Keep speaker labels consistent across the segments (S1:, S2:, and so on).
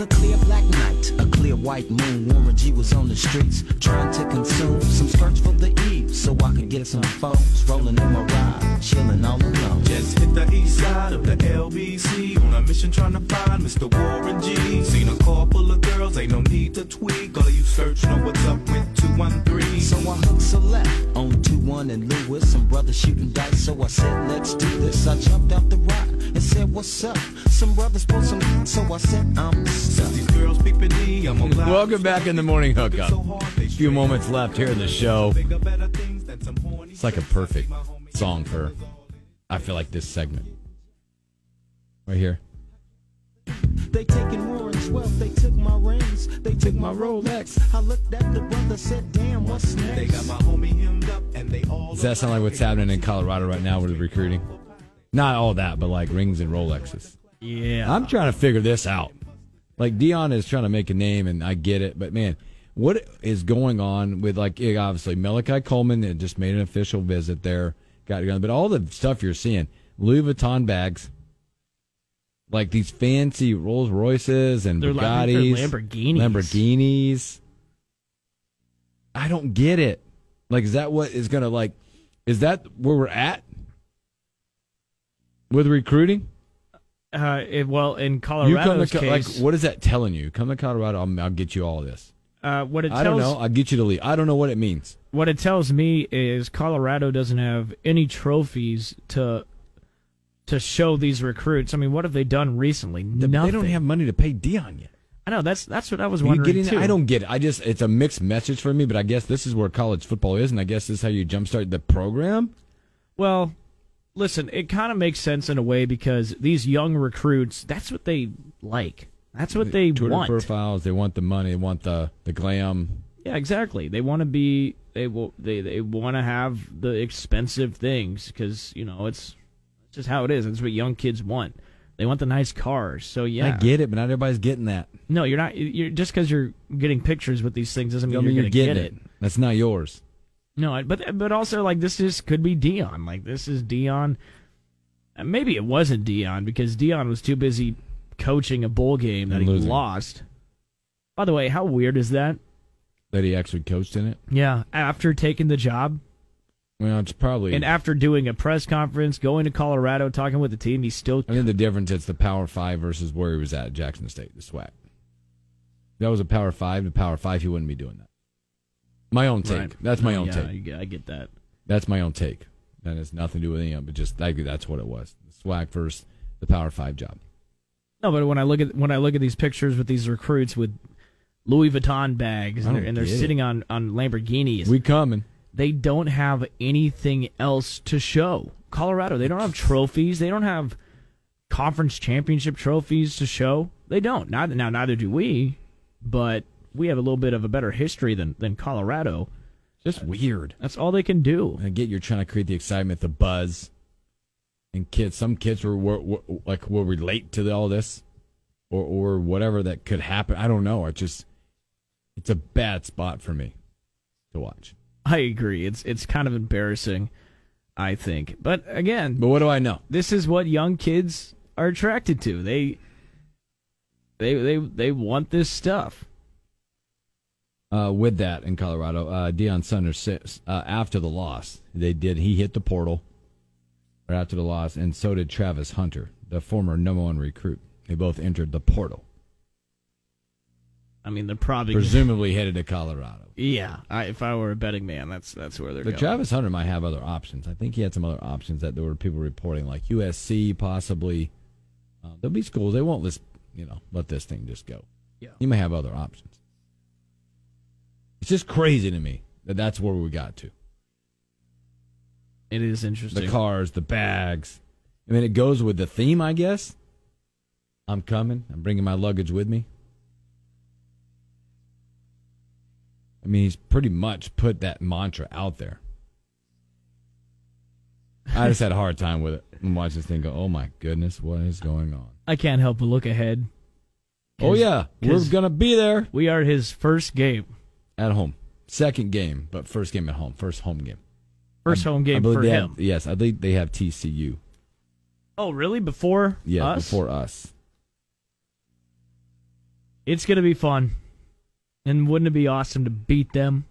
S1: A clear black night, a clear white moon. Warren G was on the streets trying to consume some skirts for the eve so I could get some phones. Rolling in my ride, chilling all alone.
S2: Just hit the east side of the LBC on a mission trying to find Mr. Warren G. Seen a car full of girls, ain't no need to tweak. All you search know what's up with 213.
S1: So I hooked a left on 2 1 and Lewis. Some brothers shooting dice, so I said, let's do this. I jumped off the rock and said, what's up? Some brothers pulled some, so I said, I'm
S2: Since
S1: stuck.
S2: these girls peeping me, I'm on live.
S3: Welcome back in the morning hookup.
S2: So hard, they
S3: A few moments left here in the show.
S2: Bigger, better things than some horny
S3: It's like a
S2: chicks. I see
S3: perfect
S2: my homie
S3: song for, I feel like this segment. Right here.
S1: They taking Warren's wealth, they took my rings, they took my Rolex. I looked at the brother, said, damn, what's next?
S2: They got my homie hemmed up and they all
S3: Does that sound like what's happening in Colorado right now with recruiting? Not all that, but like rings and Rolexes.
S4: Yeah.
S3: I'm trying to figure this out. Like Dion is trying to make a name, and I get it, but man, what is going on with like yeah, obviously Malachi Coleman that just made an official visit there, got it, but all the stuff you're seeing, Louis Vuitton bags, like these fancy Rolls Royces and
S4: They're like- they're
S3: Bugattis,
S4: Lamborghinis.
S3: Lamborghinis. I don't get it. Like, is that what is gonna like? Is that where we're at with recruiting?
S4: Uh, it, well, in
S3: You come to
S4: Colorado's
S3: Co-
S4: case,
S3: like, what is that telling you? Come to Colorado, I'll, I'll get you all this.
S4: uh, what it
S3: I don't
S4: tells
S3: know. I'll get you to leave. I don't know what it means.
S4: what it tells me is Colorado doesn't have any trophies to to show these recruits. I mean, what have they done recently? Nothing.
S3: They don't have money to pay Dion yet.
S4: I know that's that's what I was
S3: Are you
S4: wondering
S3: getting?
S4: too.
S3: I don't get it. I just it's a mixed message for me. But I guess this is where college football is, and I guess this is how you jumpstart the program.
S4: Well, listen, it kind of makes sense in a way because these young recruits, that's what they like. That's what they
S3: Twitter
S4: want.
S3: profiles. They want the money. They want the the glam.
S4: Yeah, exactly. They want to be they will they they want to have the expensive things cuz you know, it's it's just how it is. That's what young kids want. They want the nice cars. So yeah.
S3: I get it, but not everybody's getting that.
S4: No, you're not you're just cuz you're getting pictures with these things doesn't mean
S3: I mean,
S4: you're,
S3: you're
S4: going to
S3: getting
S4: get
S3: it. That's not yours.
S4: No, I- but but also like this is could be Dion. Like this is Dion. Uh, Maybe it wasn't Dion because Dion was too busy coaching a bowl game that
S3: And
S4: he
S3: losing.
S4: lost. By the way, how weird is that?
S3: That he actually coached in it.
S4: Yeah, after taking the job
S3: Well, it's probably.
S4: and after doing a press conference, going to Colorado, talking with the team, he's still
S3: I think the difference is the Power Five versus where he was at, at Jackson State, the SWAC. If that was a Power Five, the Power Five, he wouldn't be doing that. My own take.
S4: Right.
S3: That's my
S4: Oh,
S3: own
S4: yeah,
S3: take.
S4: I get- I get that.
S3: That's my own take. That has nothing to do with any of it, but just I, that's what it was. The SWAC versus the Power Five job.
S4: No, but when I look at when I look at these pictures with these recruits with Louis Vuitton bags
S3: I
S4: and
S3: don't
S4: they're, and they're
S3: get it.
S4: sitting on on Lamborghinis,
S3: We coming.
S4: they don't have anything else to show. Colorado, they don't have trophies. They don't have conference championship trophies to show. They don't. Neither, now, neither do we, but we have a little bit of a better history than, than Colorado.
S3: Just weird.
S4: That's all they can do.
S3: And I get you're trying to create the excitement, the buzz, and kids. Some kids were, were, were like will relate to all this, or or whatever that could happen. I don't know. It just it's a bad spot for me to watch.
S4: I agree. It's it's kind of embarrassing, I think. But again,
S3: But what do I know?
S4: this is what young kids are attracted to. They they they they want this stuff.
S3: Uh, with that in Colorado, uh, Deion Sanders uh, after the loss, they did. He hit the portal right after the loss, and so did Travis Hunter, the former number one recruit. They both entered the portal,
S4: I mean, they're probably
S3: presumably headed to Colorado.
S4: Yeah, I, if I were a betting man, that's that's where they're
S3: But
S4: going.
S3: Travis Hunter might have other options. I think he had some other options that there were people reporting, like USC possibly. Uh, there'll be schools they won't list, you know, let this thing just go.
S4: Yeah.
S3: you may have other options. It's just crazy to me that that's where we got to.
S4: It is interesting.
S3: The cars, the bags. I mean, it goes with the theme, I guess. I'm coming. I'm bringing my luggage with me. I mean, he's pretty much put that mantra out there. I just had a hard time with it and watch this thing go. Oh my goodness, what is going on?
S4: I can't help but look ahead.
S3: Oh
S4: 'Cause-
S3: yeah, we're
S4: 'cause
S3: gonna be there
S4: We are his first game,
S3: at home. Second game, but first game at home. First home game.
S4: first home
S3: I
S4: game
S3: believe
S4: for
S3: they
S4: him.
S3: Have, yes, I think they have TCU.
S4: Oh, really? Before
S3: Yeah,
S4: us?
S3: before us.
S4: It's gonna be fun, and wouldn't it be awesome to beat them?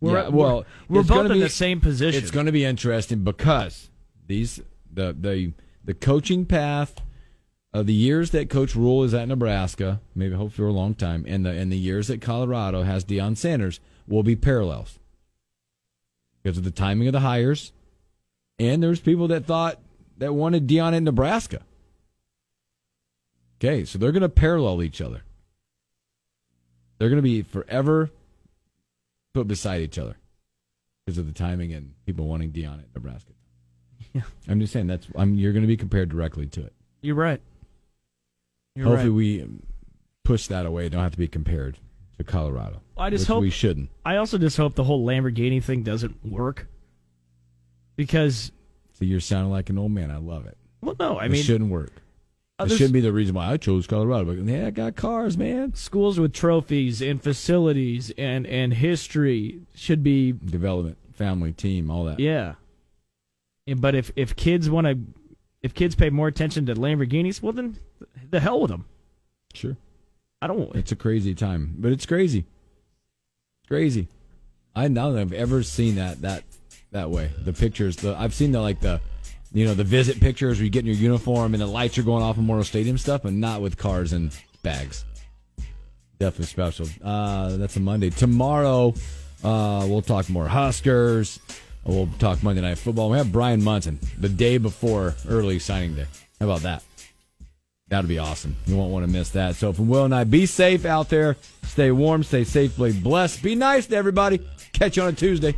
S4: We're,
S3: Yeah, well,
S4: we're, we're
S3: it's
S4: both
S3: gonna
S4: in
S3: be-
S4: the same position.
S3: It's going to be interesting because these the the the coaching path of the years that Coach Rule is at Nebraska, maybe hopefully for a long time, and the and the years that Colorado has Deion Sanders will be parallels because of the timing of the hires, and there's people that thought that wanted Deion in Nebraska. Okay, so they're going to parallel each other. They're going to be forever put beside each other because of the timing and people wanting Dion at Nebraska.
S4: Yeah.
S3: I'm just saying that's I'm you're going to be compared directly to it.
S4: You're right. You're
S3: Hopefully
S4: right.
S3: we um, push that away. Don't have to be compared to Colorado.
S4: I just
S3: which
S4: hope-
S3: we shouldn't.
S4: I also just hope the whole Lamborghini thing doesn't work, because
S3: So you're sounding like an old man. I love it.
S4: well, no, I
S3: it
S4: mean
S3: shouldn't work.
S4: others-
S3: it shouldn't be the reason why I chose Colorado. But yeah, I got cars, man.
S4: schools with trophies and facilities and and history should be
S3: Development, family, team, all that.
S4: yeah. Yeah, But if if kids want to, if kids pay more attention to Lamborghinis, well then, the hell with them.
S3: Sure.
S4: I don't.
S3: It's a crazy time, but it's crazy. It's crazy. I now that I've ever seen that that that way. The pictures, the I've seen the like the you know the visit pictures where you get in your uniform and the lights are going off Memorial Stadium stuff, and not with cars and bags. Definitely special. Uh, that's a Monday. Tomorrow, uh, we'll talk more Huskers. We'll talk Monday Night Football. We have Brian Munson the day before early signing day. How about that? That'd be awesome. You won't want to miss that. So from Will and I, be safe out there. Stay warm, stay safe, play blessed. Be nice to everybody. Catch you on a Tuesday.